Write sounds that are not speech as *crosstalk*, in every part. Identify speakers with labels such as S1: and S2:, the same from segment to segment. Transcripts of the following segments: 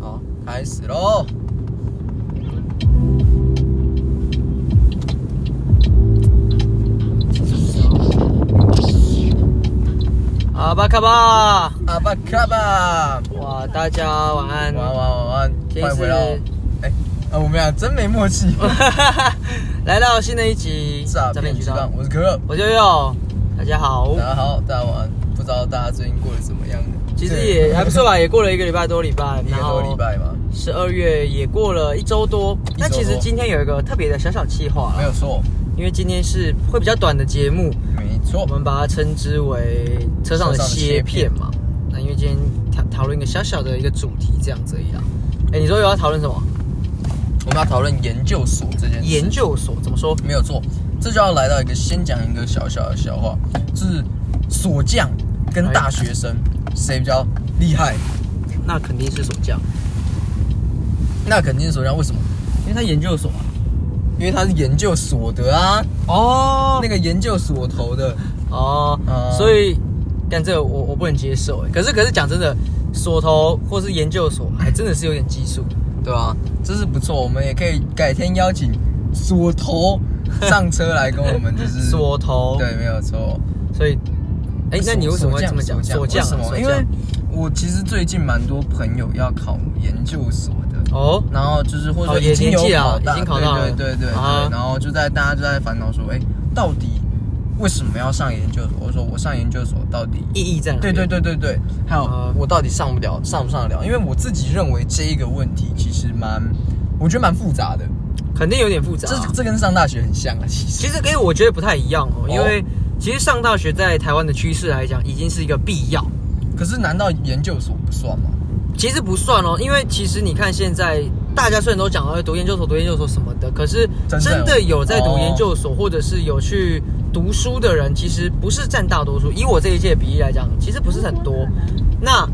S1: 哦开始喽。
S2: 阿巴卡巴，
S1: 阿巴卡吧，
S2: 哇，大家晚安。
S1: 晚安晚安晚安，
S2: 天
S1: 快
S2: 使
S1: 回来哦。哎、啊，我们俩真没默契。
S2: *laughs* 来到新的一集
S1: 诈骗
S2: 举
S1: 局
S2: 报
S1: 长，我是可乐。
S2: 我就佑，大家好。
S1: 大家好，大家晚安。不知道大家最近过得怎么样呢？
S2: 其实也还不错吧，啊也过了一个礼拜多礼拜，
S1: 一个
S2: 然
S1: 多礼
S2: 后
S1: 拜嘛，
S2: 十二月也过了一周多。那其实今天有一个特别的小小计划
S1: 没
S2: 啦，
S1: 有错，
S2: 因为今天是会比较短的节目，
S1: 没错，
S2: 我们把它称之为车上的歇片嘛。那因为今天讨讨论一个小小的一个主题这样子而已啦。哎，你说有要讨论什么？
S1: 我们要讨论研究所这件事。
S2: 研究所怎么说？
S1: 没有错，这就要来到一个先讲一个小小的笑话，就是锁匠跟大学生
S2: 哎
S1: 谁比较厉害？
S2: 那肯定是锁匠，
S1: 那肯定是锁匠，为什么？
S2: 因为他研究所嘛。
S1: 因为他是研究所得啊，
S2: 哦
S1: 那个研究所投的，
S2: 哦
S1: 嗯，
S2: 所以但这个我我不能接受哎。可是可是讲真的，锁头或是研究所，还真的是有点技术。
S1: 对吧、这是不错，我们也可以改天邀请锁头上车来跟我们就是
S2: *laughs* 锁头，
S1: 对，没有错。
S2: 所以哎，那你为什么会这么讲？
S1: 锁
S2: 锁
S1: 匠
S2: 匠
S1: 为什
S2: 啊，锁
S1: 么？因为
S2: 匠
S1: 我其实最近蛮多朋友要考研究所的，
S2: 哦，
S1: 然后就是或者
S2: 哦
S1: 说
S2: 也
S1: 已经有
S2: 年纪啊
S1: 考大
S2: 已经考到了
S1: 对对对对对
S2: 啊
S1: 然后就在大家就在烦恼说，哎，到底为什么要上研究所？我说我上研究所到底？
S2: 意义在哪？
S1: 对对，对对对，还有、
S2: 啊
S1: 我到底上不了上不上得了？因为我自己认为这一个问题其实蛮，我觉得蛮复杂的，
S2: 肯定有点复杂啊。
S1: 这这跟上大学很像啊，其实
S2: 其实跟我觉得不太一样哦
S1: 哦，
S2: 因为其实上大学在台湾的趋势来讲，已经是一个必要。
S1: 可是难道研究所不算吗？
S2: 其实不算哦，因为其实你看现在大家虽然都讲到要读研究所、读研究所什么的，可是
S1: 真的
S2: 真的有在读
S1: 哦
S2: 研究所、或者是有去读书的人，其实不是占大多数。以我这一届比例来讲，其实不是很多。那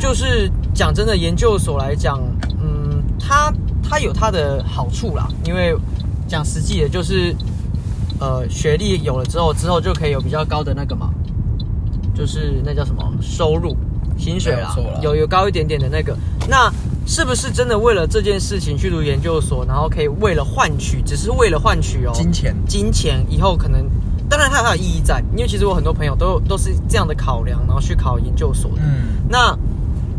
S2: 就是讲真的，研究所来讲，嗯，它它有它的好处啦，因为讲实际的，就是呃，学历有了之后，之后就可以有比较高的那个嘛，就是那叫什么收入、薪水啦
S1: 没有错啦，
S2: 有有高一点点的那个。那是不是真的为了这件事情去读研究所，然后可以为了换取，只是为了换取哦
S1: 金钱
S2: 金钱以后可能，当然它有它的意义在，因为其实我很多朋友都都是这样的考量，然后去考研究所的。
S1: 嗯，
S2: 那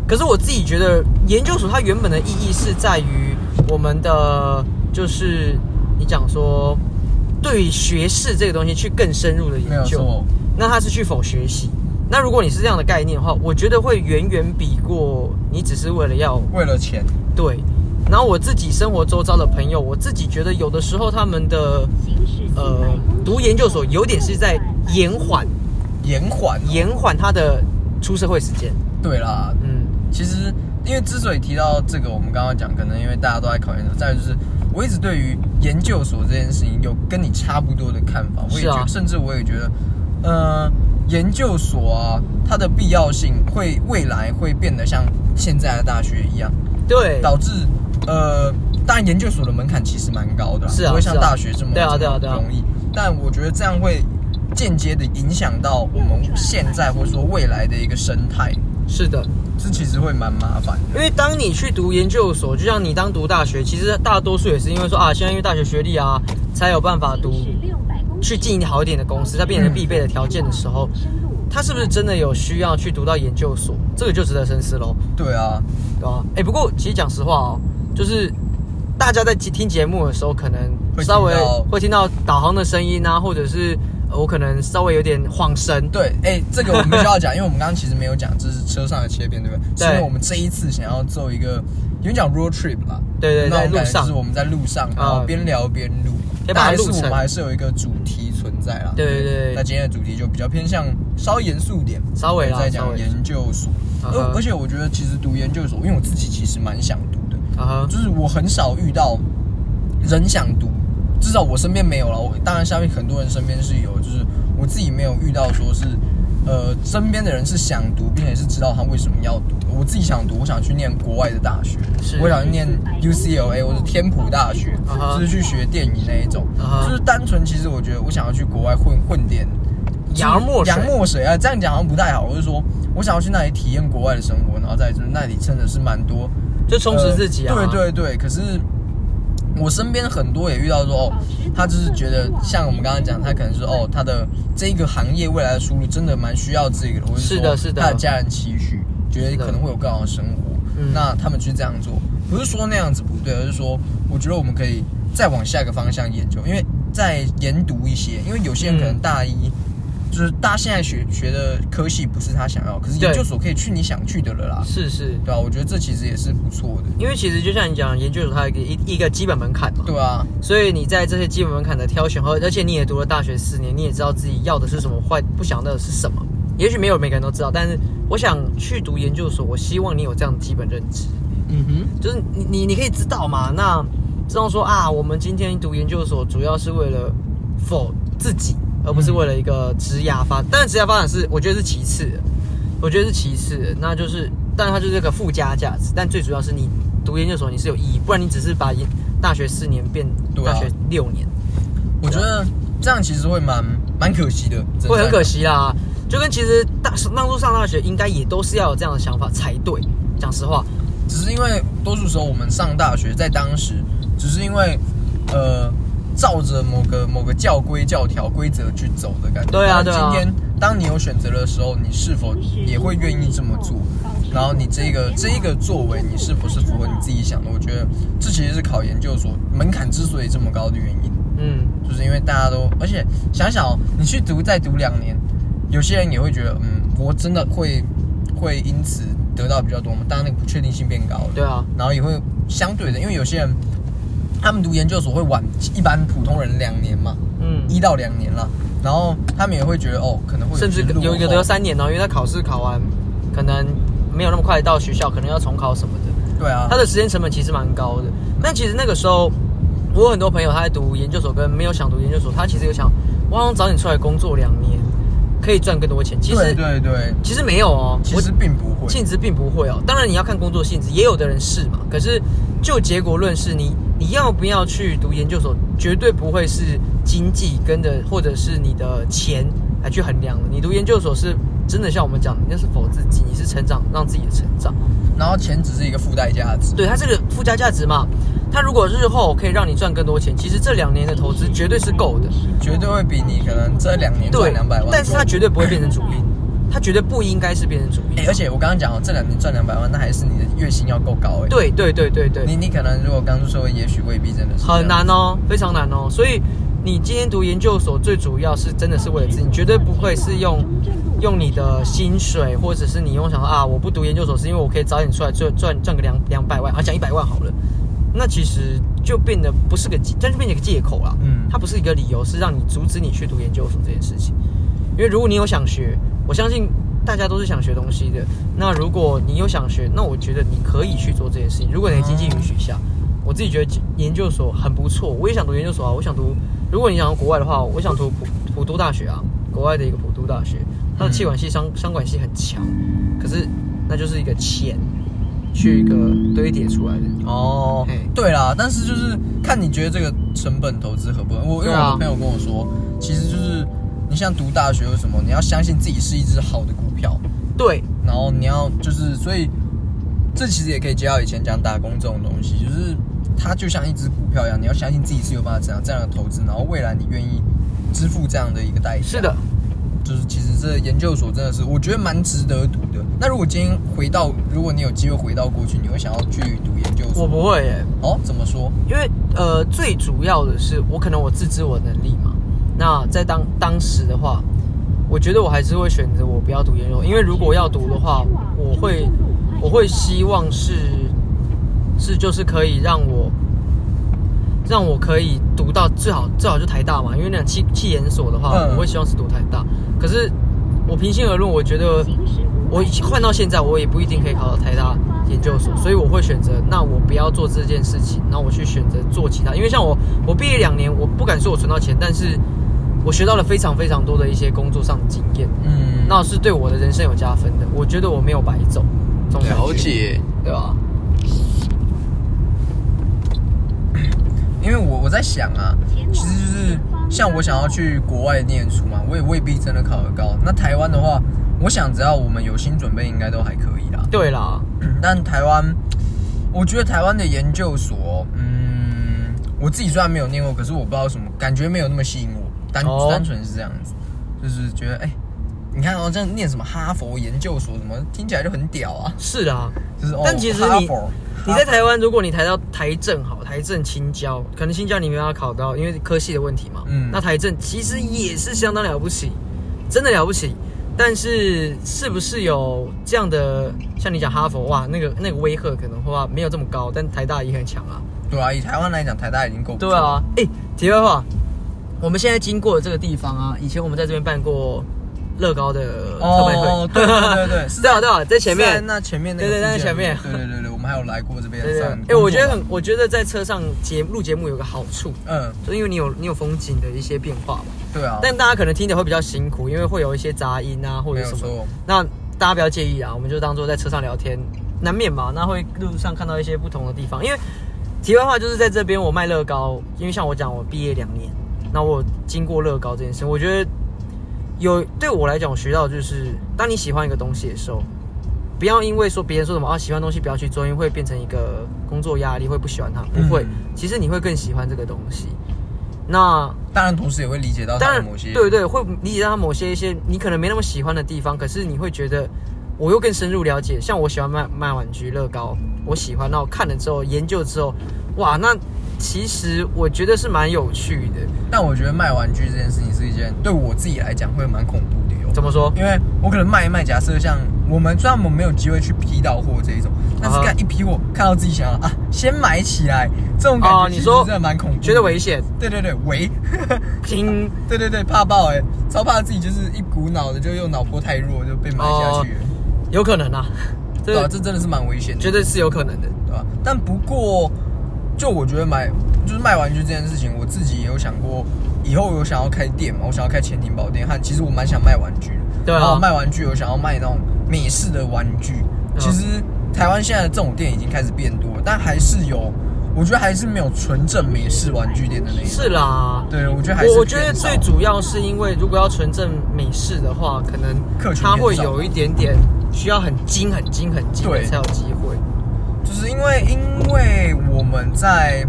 S2: 可是我自己觉得，研究所它原本的意义是在于我们的，就是你讲说对于学士这个东西去更深入的
S1: 没
S2: 研
S1: 有
S2: 究，
S1: 错，
S2: 那它是去否学习。那如果你是这样的概念的话，我觉得会远远比过你只是为了要
S1: 为了钱，
S2: 对。然后我自己生活周遭的朋友，我自己觉得有的时候他们的呃
S3: 呃，
S2: 读
S3: 读
S2: 研
S3: 研
S2: 究
S3: 究
S2: 所
S3: 所
S2: 有
S3: 有
S2: 点
S3: 点
S2: 是
S3: 是
S2: 在
S3: 在
S2: 延
S3: 延
S2: 缓
S3: 缓，
S1: 延缓哦、
S2: 延缓他的出社会时间。
S1: 对啦，
S2: 嗯，
S1: 其实，因为之所以提到这个，我们刚刚讲，可能因为大家都在考研究所，再来就是我一直对于研究所这件事情有跟你差不多的看法，我也
S2: 是
S1: 觉
S2: 啊
S1: 得，甚至我也觉得，呃，研究所啊，它的必要性会未来会变得像现在的大学一样，
S2: 对。
S1: 导致呃，当然研究所的门槛其实蛮高的啦，
S2: 是啊
S1: 不会像
S2: 是啊
S1: 大学这么
S2: 对啊对啊
S1: 这
S2: 对
S1: 么
S2: 啊
S1: 容易，但我觉得这样会间接的影响到我们现在或者说未来的一个生态，
S2: 是的，
S1: 这其实会蛮麻烦的。
S2: 因为当你去读研究所，就像你当读大学，其实大多数也是因为说啊，现在因为大学学历啊，才有办法
S3: 法
S2: 读
S3: 读
S2: 去
S3: 去进
S2: 进好一点的公司，它变成必备的条件的时候，它是不是真的有需要去读到研究所？这个就值得深思喽，
S1: 对啊，
S2: 对吧、啊？哎，不过其实讲实话哦，就是大家在听节目的时候，可
S1: 会
S2: 能
S1: 听
S2: 稍微
S1: 到
S2: 会听到导航的声音啊，或者是呃我可能稍微有点晃神，
S1: 对，哎、这个我们必须要讲，因为我们刚刚其实没有讲，这是车上的切片，对不对？
S2: *laughs* 对
S1: 是因为我们这一次想要做一个，因为讲 road trip 啦，
S2: 对对
S1: 那
S2: 在
S1: 种感
S2: 路
S1: 觉就是
S2: 上
S1: 我们在路上，然后
S2: 啊
S1: 边聊边录，
S2: 可以
S1: 但
S2: 把它
S1: 还是
S2: 录
S1: 我
S2: 成
S1: 们还是有一个主题存在啦。
S2: 对对对
S1: 那今天的主题就比较偏向稍严肃一点，
S2: 稍微啦
S1: 在
S2: 稍
S1: 讲
S2: 微
S1: 研究所，呃
S2: 嗯哼
S1: 而而且我觉得其实读研究所，因为我自己其实蛮想读的，
S2: 啊哈，
S1: 就是我很少遇到人想读，至少我身边没有了。我当然相信很多人身边是有，就是我自己没有遇到说是，呃，身边的人是想读，并且是知道他为什么要读。我自己想读，我想去念国外的大学，
S2: 是
S1: 我想去念 UCLA 或者天普大学，
S2: 啊哈
S1: 就是去学电影那一种。
S2: 啊哈
S1: 就是单纯，其实我觉得我想要去国外混混点
S2: 洋墨水
S1: 洋墨水啊，这样讲好像不太好。我是说，我想要去那里体验国外的生活，然后再就是那里真的是蛮多
S2: 就充实自己啊。
S1: 呃对对对，可是我身边很多也遇到说，哦，他就是觉得像我们刚刚讲，他可能是哦，他的这个行业未来的出路真的蛮需要这个的，或者
S2: 是的是的
S1: 他的家人期许，觉
S2: 是
S1: 得
S2: 的
S1: 可能会有更好的生活，
S2: 嗯
S1: 那他们去这样做，不是说那样子不对，而是说我觉得我们可以再往下一个方向研究，因为再研读一些，因为有些人可能
S2: 嗯
S1: 大一。就是大家现在学学的科系不是他想要，可是研
S2: 对
S1: 究所可以去你想去的了啦。
S2: 是是，
S1: 对啊，我觉得这其实也是不错的。
S2: 因为其实就像你讲，研究所它有一个一一个基本门槛嘛，
S1: 对啊，
S2: 所以你在这些基本门槛的挑选后，而且你也读了大学四年，你也知道自己要的是什么，坏不想要的是什么。也许没有每个人都知道，但是我想去读研究所，我希望你有这样的基本认知，
S1: 嗯哼，
S2: 就是你你你可以知道嘛。那知道说啊，我们今天读研究所主要是为了否自己，而不是为了一个职涯发但是职涯发展是我觉得是其次的，我觉得是其次的，那就是，但它就是个附加价值，但最主要是你读研究所你是有意义，不然你只是把研大学四年变
S1: 对啊
S2: 大学六年。
S1: 我觉得这样其实会蛮蛮可惜的，真的
S2: 会很可。惜啦。就跟其实大当初上大学，应该也都是要有这样的想法才对。讲实话，
S1: 只是因为多数时候我们上大学，在当时只是因为呃照着某个某个教规教条规则去走的感觉。
S2: 对啊
S1: 但
S2: 对啊
S1: 今天当你有选择的时候，你是否也会愿意这么做？然后你这个这一个作为，你是否是符合你自己想的？我觉得这其实是考研究所门槛之所以这么高的原因。
S2: 嗯，
S1: 就是因为大家都，而且想想哦，你去读再读两年，有些人也会觉得，嗯，我真的会会因此得到比较多嘛？当然那个不确定性变高了，
S2: 对啊，
S1: 然后也会相对的，因为有些人他们读研究所会晚一般普通人两年嘛，
S2: 嗯，
S1: 一到两年了，然后他们也会觉得哦，可能会
S2: 甚至
S1: 些落
S2: 有有的
S1: 后
S2: 要三年哦，因为他考试考完，可能没有那么快到学校，可能要重考什么的，
S1: 对啊，
S2: 他的时间成本其实蛮高的。但其实那个时候，我有很多朋友他在读研究所，跟没有想读研究所，他其实有想，我好像早点出来工作两年，可以赚更多钱。其
S1: 对
S2: 实
S1: 对对，
S2: 其实没有哦，
S1: 其
S2: 我
S1: 实并不会，
S2: 性质并不会哦。当然你要看工作性质，也有的人是嘛。可是就结果论是你你要不要去读研究所，绝对不会是经济跟着或者是你的钱来去衡量的。你读研究所是真的像我们讲，你那是否自己，你是成长让自己的成长。
S1: 然后钱只是一个附带价值，
S2: 对它这个附加价值嘛，它如果日后可以让你赚更多钱，其实这两年的投资绝对是够的。
S1: 绝对会比你可能这两年赚
S2: 对
S1: 两百万，，
S2: 但是它绝对不会变成主因，它绝对不应该是变成主因。
S1: 哎、而且我刚刚讲哦，这两年赚两百万，那还是你的月薪要够高哎、，
S2: 对对对对对，
S1: 你你可能如果刚出社会，也许未必真的是这样
S2: 很难。哦，非常难哦。所以你今天读研究所，最主要是真的是为了自己，你绝对不会是用用你的薪水，或者是你用想说啊，我不读研究所是因为我可以早点出来赚赚赚个两两百万，啊，讲一百万好了。那其实就变得不是个借，但是变成一个借口啦。
S1: 嗯
S2: 它不是一个理由，是让你阻止你去读研究所这件事情。因为如果你有想学，我相信大家都是想学东西的。那如果你有想学，那我觉得你可以去做这件事情。如果你的经济允许下，我自己觉得研究所很不错，我也想读研究所啊。我想读，如果你想要国外的话，我想读普普都大学啊，国外的一个普都大学，它的气管系商商管系很强，可是那就是一个钱去一个堆叠出来的。
S1: 哦
S2: 嘿，
S1: 对啦，但是就是看你觉得这个成本投资合不合。我因为
S2: 对
S1: 我
S2: 啊
S1: 的朋友跟我说，其实就是你像读大学或什么，你要相信自己是一只好的股票，
S2: 对，
S1: 然后你要就是，所以这其实也可以接到以前讲打工这种东西，就是它就像一只股票一样，你要相信自己是有办法这样这样的投资，然后未来你愿意支付这样的一个代价。
S2: 是的，
S1: 就是其实这研究所真的是我觉得蛮值得读的。那如果今天回到，如果你有机会回到过去，你会想要去读研究
S2: 我
S1: 所？
S2: 不会耶，
S1: 哦，怎么说？
S2: 因为呃，最主要的是我可能我自知我能力嘛。那在当当时的话，我觉得我还是会选择我不要读研究所，因为如果要读的话，我会我会希望是是就是可以让我让我可以读到最好最好就台大嘛，因为那气气研所的话，
S1: 嗯
S2: 我会希望是读台大。可是我平心而论，我觉得呃我换到现在，我也不一定可以考到台大研究所，所以我会选择，那我不要做这件事情，那我去选择做其他。因为像我，我毕业两年，我不敢说我存到钱，但是我学到了非常非常多的一些工作上的经验，
S1: 嗯，
S2: 那是对我的人生有加分的。我觉得我没有白走，这种感觉，
S1: 解。
S2: 对吧？
S1: *coughs* 因为我我在想啊，其实就是像我想要去国外念书嘛，我也未必真的考得高。那台湾的话，我想只要我们有心准备，应该都还可以啦。
S2: 对啦，
S1: 嗯但台湾我觉得台湾的研究所，嗯，我自己虽然没有念过，可是我不知道什么感觉没有那么吸引我，单、
S2: 哦
S1: 单纯是这样子，就是觉得哎、你看哦，这样念什么哈佛研究所，什么听起来就很屌啊，
S2: 是啊，
S1: 就是哦，
S2: 但其实
S1: 哈
S2: 你
S1: 佛
S2: 你在台湾，如果你台到台政好，台政青交，可能青交你没办法考到，因为科系的问题嘛。
S1: 嗯
S2: 那台政其实也是相当了不起，真的了不起。但是是不是有这样的，像你讲哈佛哇，那个那个威吓可能话没有这么高，但台大也很强啊。
S1: 对啊，以台湾来讲，台大已经够不错
S2: 对啊，哎、题外话，我们现在经过的这个地方啊，以前我们在这边办过乐高的特卖会，
S1: 哦对对对对是
S2: *laughs* 对啊对啊，在前
S1: 是在
S2: 面
S1: 那前面那个
S2: 对对
S1: 附近
S2: 在前面
S1: 对对对对，我们还有来过这边
S2: 对对对，
S1: 上
S2: 哎
S1: 工、作
S2: 我觉得
S1: 嘛
S2: 很，我觉得在车上节录节目有个好处，
S1: 嗯，
S2: 就因为你有你有风景的一些变化嘛。
S1: 对啊，
S2: 但大家可能听的会比较辛苦，因为会有一些杂音啊或
S1: 没
S2: 者
S1: 有
S2: 什么。
S1: 错，
S2: 那大家不要介意啊，我们就当做在车上聊天，难免嘛。那会路上看到一些不同的地方，因为题外话就是在这边我卖乐高，因为像我讲我毕业两年，那我有经过乐高这件事，我觉得有对我来讲，我学到的就是当你喜欢一个东西的时候。不要因为说别人说什么啊喜欢的东西不要去做，因为会变成一个工作压力，会不喜欢它。不会，
S1: 嗯
S2: 其实你会更喜欢这个东西。那
S1: 当然同时也会理解到他
S2: 当
S1: 的
S2: 然
S1: 某些，
S2: 对对，会理解到他某些一些你可能没那么喜欢的地方，可是你会觉得我又更深入了解。像我喜欢卖卖玩具乐高，我喜欢，那我看了之后研究之后，哇，那其实我觉得是蛮有趣的。
S1: 但我觉得卖玩具这件事情是一件对我自己来讲会蛮恐怖的哟，
S2: 怎么说？
S1: 因为我可能卖一卖，假设像我们虽然我们没有机会去批到货这一种，但是
S2: 啊哈
S1: 看一批货看到自己想要啊，先买起来，这种感
S2: 哦
S1: 觉
S2: 你
S1: 其实
S2: 说
S1: 真的蛮恐怖的，
S2: 觉得危险？
S1: 对对对，喂，
S2: 听
S1: *laughs* 对对对，怕爆哎、超怕自己就是一股脑的就又脑波太弱就被买下去了，
S2: 哦有可能啊，
S1: 对啊，
S2: 这
S1: 这真的是蛮危险的，
S2: 绝对是有可能的。
S1: 对吧、但不过，就我觉得买就是卖玩具这件事情，我自己也有想过，以后有想要开店嘛，我想要开潜艇宝店，和其实我蛮想卖玩具的。
S2: 对啊
S1: 然后卖玩具，有想要卖那种美式的玩具。
S2: 嗯
S1: 其实台湾现在这种店已经开始变多了，但还是有，我觉得还是没有纯正美式玩具店的那一种。
S2: 是啦，
S1: 对，我觉得还是
S2: 我我觉得
S1: 偏少
S2: 最主要是因为，如果要纯正美式的话，可
S1: 客
S2: 能
S1: 群
S2: 它会
S1: 减少
S2: 有一点点需要很精、很精、很精的
S1: 对
S2: 才有机会。
S1: 就是因为因为我们在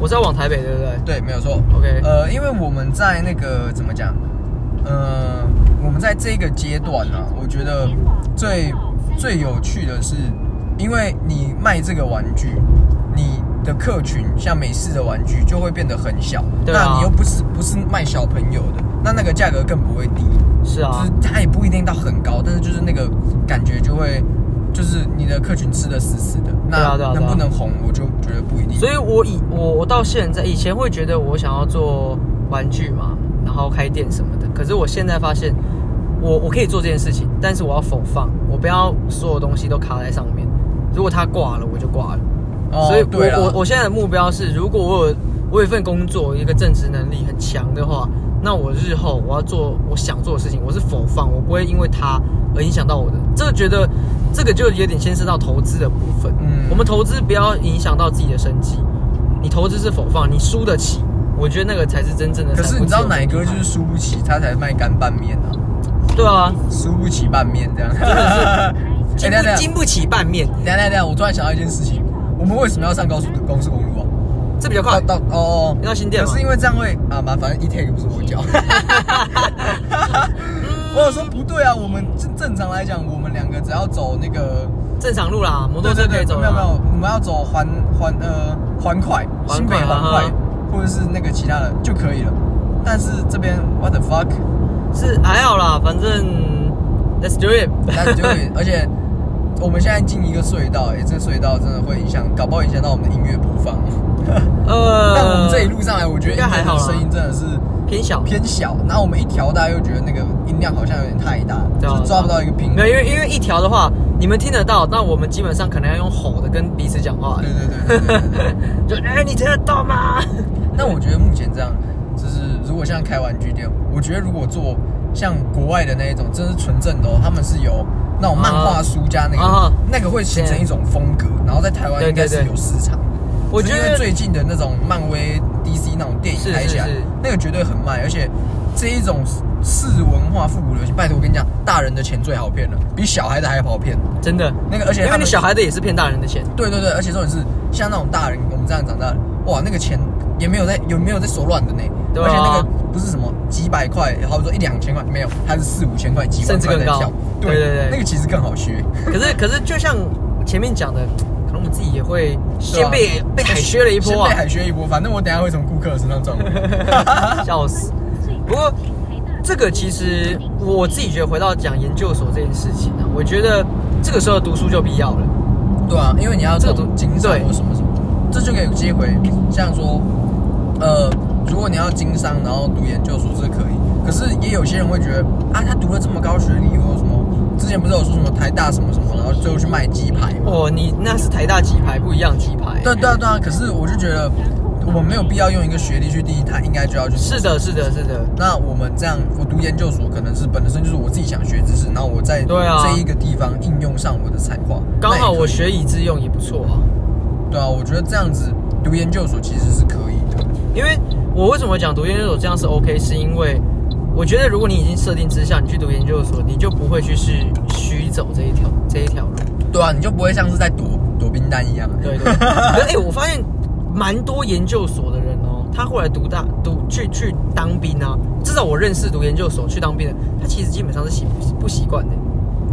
S2: 我是要往台北，对不对？
S1: 对，没有错。
S2: OK
S1: 呃，因为我们在那个怎么讲，呃，我们在这个阶段呢、我觉得最最有趣的是，因为你卖这个玩具，你的客群像美式的玩具就会变得很小，
S2: 对啊
S1: 那你又不是不是卖小朋友的，那那个价格更不会低，
S2: 是啊，
S1: 就是它也不一定到很高，但是就是那个感觉就会。就是你的客群吃的死死的，
S2: 对
S1: 那
S2: 啊对啊对啊
S1: 能不能红，我就觉得不一定。
S2: 所以我以我我到现在以前会觉得我想要做玩具嘛，然后开店什么的，可是我现在发现我我可以做这件事情，但是我要否放，我不要所有东西都卡在上面。如果它挂了，我就挂了。
S1: 哦
S2: 所以我
S1: 对啦
S2: 我我现在的目标是，如果我有我有一份工作，一个正职能力很强的话，那我日后我要做我想做的事情，我是否放，我不会因为它而影响到我的。这个觉得这个就有点牵涉到投资的部分。
S1: 嗯
S2: 我们投资不要影响到自己的生计，你投资是否放，你输得起，我觉得那个才是真正的
S1: 可
S2: 财富自
S1: 是
S2: 由。
S1: 你知道奶哥就是输不起，他才卖干拌面啊，
S2: 对啊，
S1: 输不起拌面
S2: *laughs*
S1: 这样。
S2: 经
S1: 哎，等一下等一
S2: 不
S1: 下
S2: 经不起拌面，
S1: 等一下等一下，我突然想到一件事情，我们为什么要上高速高速公路啊？
S2: 这比较
S1: 到
S2: 快。
S1: 到哦，
S2: 要新店吗
S1: 可是因为这样会啊麻烦，一 take 不是我
S2: *laughs*
S1: 交。 *laughs* 我有说不对啊，我们正正常来讲，我们两个只要走那个
S2: 正常路啦，摩托车可以走
S1: 没
S2: 啦
S1: 有没有，我们要走环环呃环快
S2: 环快
S1: 新北环
S2: 啊哈
S1: 快，或者是那个其他的就可以了。但是这边 what the fuck？
S2: 是还好啦，反正 let's do it。
S1: 那就会，而且我们现在进一个隧道，哎、这隧道真的会影响，搞不好影响到我们的音乐播
S2: *laughs*
S1: 放。
S2: 呃，
S1: 但我们这一路上来，我觉得
S2: 应该还好
S1: 音乐的
S2: 啦
S1: 声音真的是
S2: 偏小，
S1: 偏小，然后我们一调大又觉得那个音量好像有点太大，
S2: 对啊
S1: 就是抓不到一个平衡。
S2: 没有，因为因为一条的话，你们听得到，但我们基本上可能要用吼的跟彼此讲话
S1: 对，对对对对对对。
S2: *laughs* 就哎、你听得到
S1: *laughs*
S2: 吗？
S1: 那我觉得目前这样，就是如果像开玩具店，我觉得如果做像国外的那一种，真是纯正的、哦，他们是有那种漫画书加那个，
S2: 啊
S1: 那个会形成一种风格，然后在台湾
S2: 对
S1: 应该
S2: 对
S1: 是
S2: 对
S1: 有市场的。
S2: 我
S1: 就
S2: 觉
S1: 是因
S2: 得
S1: 为最近的那种漫威、DC 那种电影
S2: 是
S1: 拍起来，
S2: 是是
S1: 那个绝对很卖，而且这一种次文化复古流行，拜托我跟你讲，大人的钱最好骗了，比小孩的还好骗。
S2: 真的。
S1: 那个，而且
S2: 因
S1: 他
S2: 为你
S1: 们
S2: 小孩的也是骗大人的钱，
S1: 对对对，而且重点是像那种大人，我们这样长大，哇，那个钱也没有在有没有在手软的呢？
S2: 对啊
S1: 而且那个不是什么几百块，好比说一两千块，没有，它是四五千块、几万
S2: 甚至
S1: 块
S2: 更
S1: 在
S2: 高
S1: 跳。
S2: 对对对
S1: 那个其实更好学。
S2: 可
S1: *laughs*
S2: 是可是就像前面讲的，可能我们自己也会
S1: 对
S2: 先
S1: 啊
S2: 被被海削了一波
S1: 先被
S2: 啊，
S1: 海削一波，反正我等一下会从顾客身上赚回来。
S2: *laughs* 笑死。不过这个其实我自己觉得，回到讲研究所这件事情啊，我觉得这个时候读书就必要了。
S1: 对啊，因为你要
S2: 这
S1: 这
S2: 个
S1: 种
S2: 都
S1: 经商
S2: 对
S1: 或什么什么，这就可以接回像说，呃，如果你要经商，然后读研究所这可以，可是也有些人会觉得啊，他读了这么高学历，或什么，之前不是有说什么台大什么什么，然后最后去卖鸡排嘛？
S2: 哦，你那是台大鸡排不一样鸡排。
S1: 对对啊对啊，可是我就觉得我没有必要用一个学历去定义他应该就要去
S2: 是的，是的，是的，
S1: 那我们这样，我读研究所可能是本身就是我自己想学知识，然后我在
S2: 对啊
S1: 这一个地方应用上我的才华。
S2: 刚好我
S1: 那也
S2: 学以致用也不错啊。
S1: 可以对啊，我觉得这样子读研究所其实是可以的。
S2: 因为我为什么讲读研究所这样是 OK，是因为我觉得如果你已经设定之下，你去读研究所，你就不会去是虚走这一条这一条路。
S1: 对啊，你就不会像是在躲躲冰单一样。
S2: 对对。 *laughs* 可是哎、我发现蛮多研究所的人哦，他后来读大读去去当兵啊，至少我认识读研究所去当兵的，他其实基本上是习不习惯的，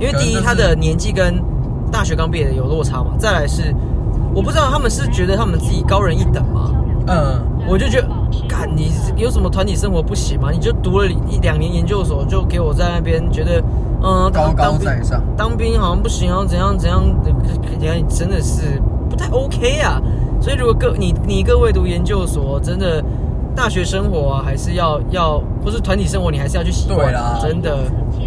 S2: 因为第
S1: 可能
S2: 一
S1: 就是
S2: 他的年纪跟大学刚毕业的有落差嘛，再来是我不知道他们是觉得他们自己高人一等吗？
S1: 嗯，
S2: 我就觉得，看你有什么团体生活不行吗？你就读了一两年研究所，就给我在那边觉得，嗯，
S1: 高
S2: 当
S1: 高
S2: 当
S1: 在
S2: 兵
S1: 上。
S2: 当兵好像不行，然后怎样怎样，看起来你真的是不太 OK 啊。所以如果各你你各位读研究所，真的大学生活啊，还是要要，或是团体生活，你还是要去习惯，
S1: 对啦
S2: 真的。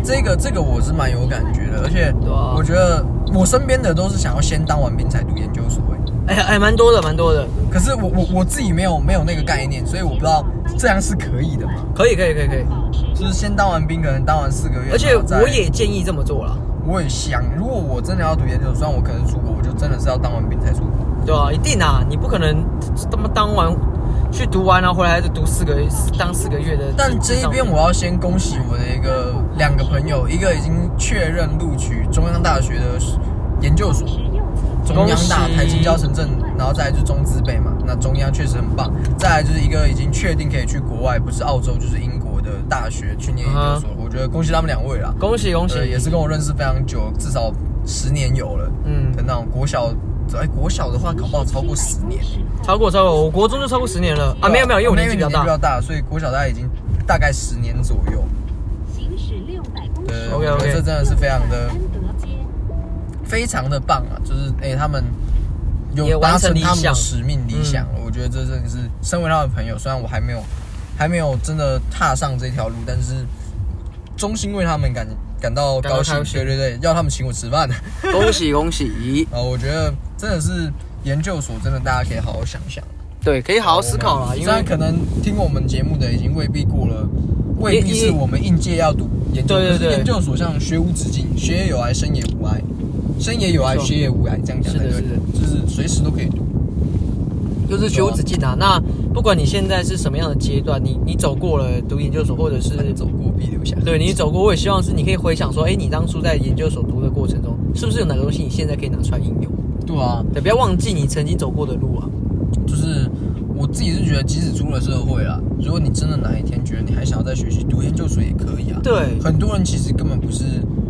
S1: 这个这个我是蛮有感觉的，而且
S2: 对啊
S1: 我觉得我身边的都是想要先当完兵才读研究所、欸。
S2: 哎呀哎，蛮多的，蛮多的，
S1: 可是我我我自己没有没有那个概念，所以我不知道这样是可以的吗？
S2: 可以可以可以可以，
S1: 就是先当完兵，可能当完四个月，
S2: 而且
S1: 然后再
S2: 我也建议这么做啦，
S1: 我也想，如果我真的要读研究所，虽然我可能出国，我就真的是要当完兵才出国。
S2: 对啊，一定啊，你不可能他妈当完去读完，然后回来就读四个当四个月的。
S1: 但这一边我要先恭喜我的一个两个朋友，一个已经确认录取中央大学的研究所，中央大
S2: 恭喜
S1: 台青交城镇，然后再来就是中资北嘛，那中央确实很棒。再来就是一个已经确定可以去国外，不是澳洲就是英国的大学去念研究
S2: 嗯
S1: 所，我觉得恭喜他们两位啦。
S2: 恭喜恭喜
S1: 对，，呃也是跟我认识非常久，至少十年有了。
S2: 嗯
S1: 的那种国小，哎，国小的话搞不好超过十年。
S2: 超过超过，我国中就超过十年了啊！没有没有，因为我年纪比较
S1: 因为你年纪比较
S2: 大。
S1: 大，所以国小大概已经大概十年左右。
S3: 呃
S2: OK，OK
S3: 这真的是非常的。
S1: 非常的棒啊！就是哎、他们
S2: 也
S1: 有
S2: 完
S1: 达成
S2: 成理
S1: 他们的
S2: 想嗯
S1: 使命理想，我觉得这真的是身为他的朋友，虽然我还没有还没有真的踏上这条路，但是衷心为他们感感到
S2: 感到
S1: 高兴。
S2: 高兴
S1: 对对对，要他们请我吃饭。 *laughs*
S2: 恭喜 *laughs* 恭喜！
S1: 啊，我觉得真的是研究所，真的大家可以好好想想。
S2: 对，可以好好思考啦，因
S1: 虽然
S2: 为
S1: 哦可能听我们节目的已经未必过了，未必是我们应届要读研究，
S2: 对对对
S1: 可是研究所像学无止境，学也有爱，生也无爱，生也有爱，
S2: 没错
S1: 学也无爱，这样讲才
S2: 是的
S1: 对
S2: 是的，
S1: 就是随时都可以读。
S2: 就是学无止
S1: 哦
S2: 境啊。那不管你现在是什么样的阶段，你你走过了读研究所，或者是
S1: 走过必留下。
S2: 对你走过，我也希望是你可以回想说，哎，你当初在研究所读的过程中，是不是有哪个东西你现在可以拿出来应用？
S1: 对啊，
S2: 对，不要忘记你曾经走过的路啊。
S1: 就是我自己是觉得，即使出了社会啦，如果你真的哪一天觉得你还想要再学习，读研究所也可以啊。
S2: 对
S1: 很多人其实根本不是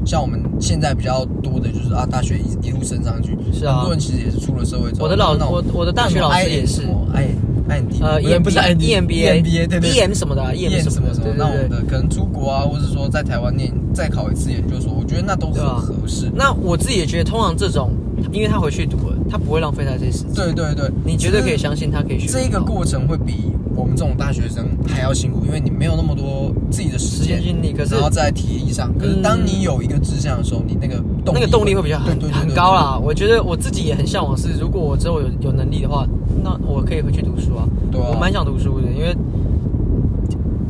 S1: 像我们现在比较多的，就是啊，大学一一路升上去。
S2: 是啊
S1: 很多人其实也是出了社会之后，
S2: 我的老
S1: 那种
S2: 我我的大学老师也是
S1: 那种 I 什么 I I N D，
S2: 呃
S1: 不是不是 I N D E
S2: EMBA
S1: B A 对对
S2: EM 什么的啊 EM
S1: 什么
S2: 什么的对对对
S1: 那我们的可能出国啊，或者说在台湾念再考一次研究所，我觉得那都
S2: 对
S1: 很
S2: 啊
S1: 合适。
S2: 那我自己也觉得，通常这种，因为他回去读了，他不会浪费在这些时间。
S1: 对对对，
S2: 你绝对可以相信他可以学
S1: 这一个
S2: 到
S1: 过程会比我们这种大学生还要辛苦，因为你没有那么多自己的时间
S2: 时间精力可是
S1: 然后在体力上，可是
S2: 嗯
S1: 当你有一个志向的时候，你那个动
S2: 那个动力会比较
S1: 对
S2: 很
S1: 对对对
S2: 很高啦。我觉得我自己也很向往是，如果我之后有有能力的话，那我可以回去读书啊。
S1: 对啊
S2: 我蛮想读书的，因为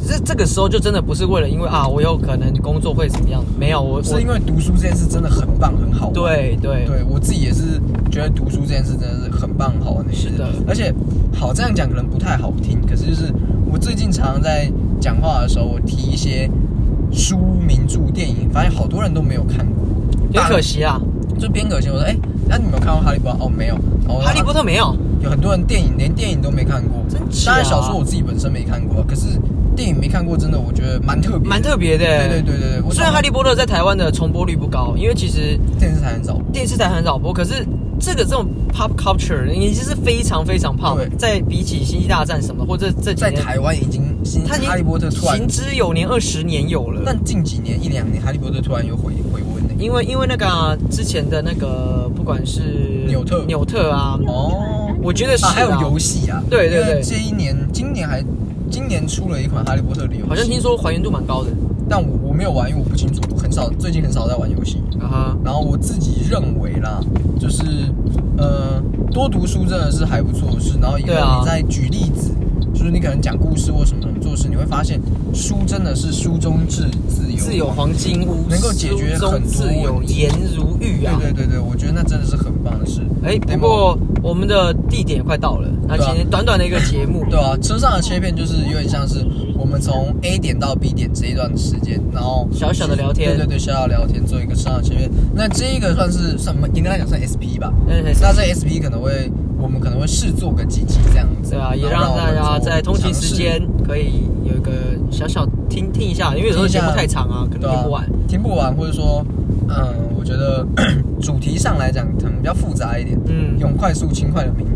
S2: 这这个时候就真的不是为了因为啊，我有可能工作会怎么样，没有我
S1: 是因
S2: 为
S1: 为读书这件事真的很棒，很好玩。
S2: 对对
S1: 对我自己也是觉得读书这件事真的是很棒、很好玩的一件事。
S2: 是的
S1: 而且好这样讲可能不太好听，可是就是我最近常常在讲话的时候，我提一些书、名著、电影，发现好多人都没有看过，
S2: 有可惜啊。
S1: 就边可惜，我说哎，那、你们有看过《哈利波特》？哦，没有。然后我说
S2: 哈利波特没有，
S1: 有很多人电影连电影都没看过，
S2: 真假
S1: 当然小说我自己本身没看过，可是电影没看过，真的我觉得蛮特别的，
S2: 蛮特别的。
S1: 对对对对对，我
S2: 虽然哈利波特在台湾的重播率不高，因为其实
S1: 电视台很早，
S2: 电视台很少播，可是这个这种 pop culture 已经是非常非常 pop，
S1: 对
S2: 在比起星际大战什么或者这几
S1: 在
S2: 年，
S1: 台湾已经新
S2: 它已经
S1: 哈利波特突然
S2: 行，之有年二十年有了。
S1: 但近几年一两年哈利波特突然又回回温了。
S2: 因为因为那个啊、之前的那个不管是
S1: 纽特
S2: 纽特啊，
S1: 哦，
S2: 我觉得是、
S1: 啊，还有游，戏啊，
S2: 对对对
S1: 因为这一年今年还今年出了一款哈利波特的游戏，
S2: 好像听，说还原度蛮高的
S1: 但我我没有玩，因为我不清楚，我很少最近很少在玩游戏。
S2: 啊哈。
S1: 然后我自己认为啦，就是呃，多读书真的是还不错的事。然后以后
S2: 对啊
S1: 你再举例子，就是你可能讲故事或什么什么做事，你会发现书真的是书中自自由
S2: 自有黄金屋，
S1: 能够解决很多
S2: 书中自有
S1: 问题
S2: 颜如玉啊。
S1: 对对对对，我觉得那真的是很棒的事。
S2: 哎，
S1: 对
S2: 不
S1: 吗
S2: 过我们的地点也快到了，那
S1: 对
S2: 今
S1: 啊
S2: 天短短的一个节目，
S1: 对啊，车上的切片就是有点像是我们从 A 点到 B 点这一段时间，然后
S2: 小小的聊天
S1: 对对对，小小的聊天做一个车上的切片。那这一个算是什么？应该来讲算 SP 吧。
S2: 嗯
S1: 那这 SP 可能会，我们可能会试做个几集这样子，
S2: 对啊，也
S1: 然
S2: 让
S1: 后
S2: 大
S1: 我
S2: 家
S1: 们做
S2: 在通勤时间
S1: 尝
S2: 可以有一个小小听听一下，因为有
S1: 试
S2: 时候节目太长啊，可
S1: 对
S2: 能
S1: 啊
S2: 听不完。
S1: 听不完，或者说，嗯，我觉得 *coughs* 主题上来讲可能比较复杂一点，
S2: 嗯
S1: 用快速轻快的名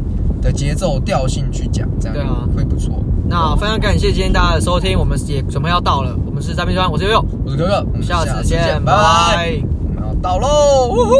S1: 的节奏调性去讲，这样
S2: 对啊
S1: 会不错。
S2: 那非常感谢今天大家的收听，我们也准备要到了，我们是嘉宾专，我是悠悠，
S1: 我是哥哥，我们
S2: 下次
S1: 次
S2: 见，
S1: 拜
S2: 拜拜
S1: 我们要到喽，呜呼！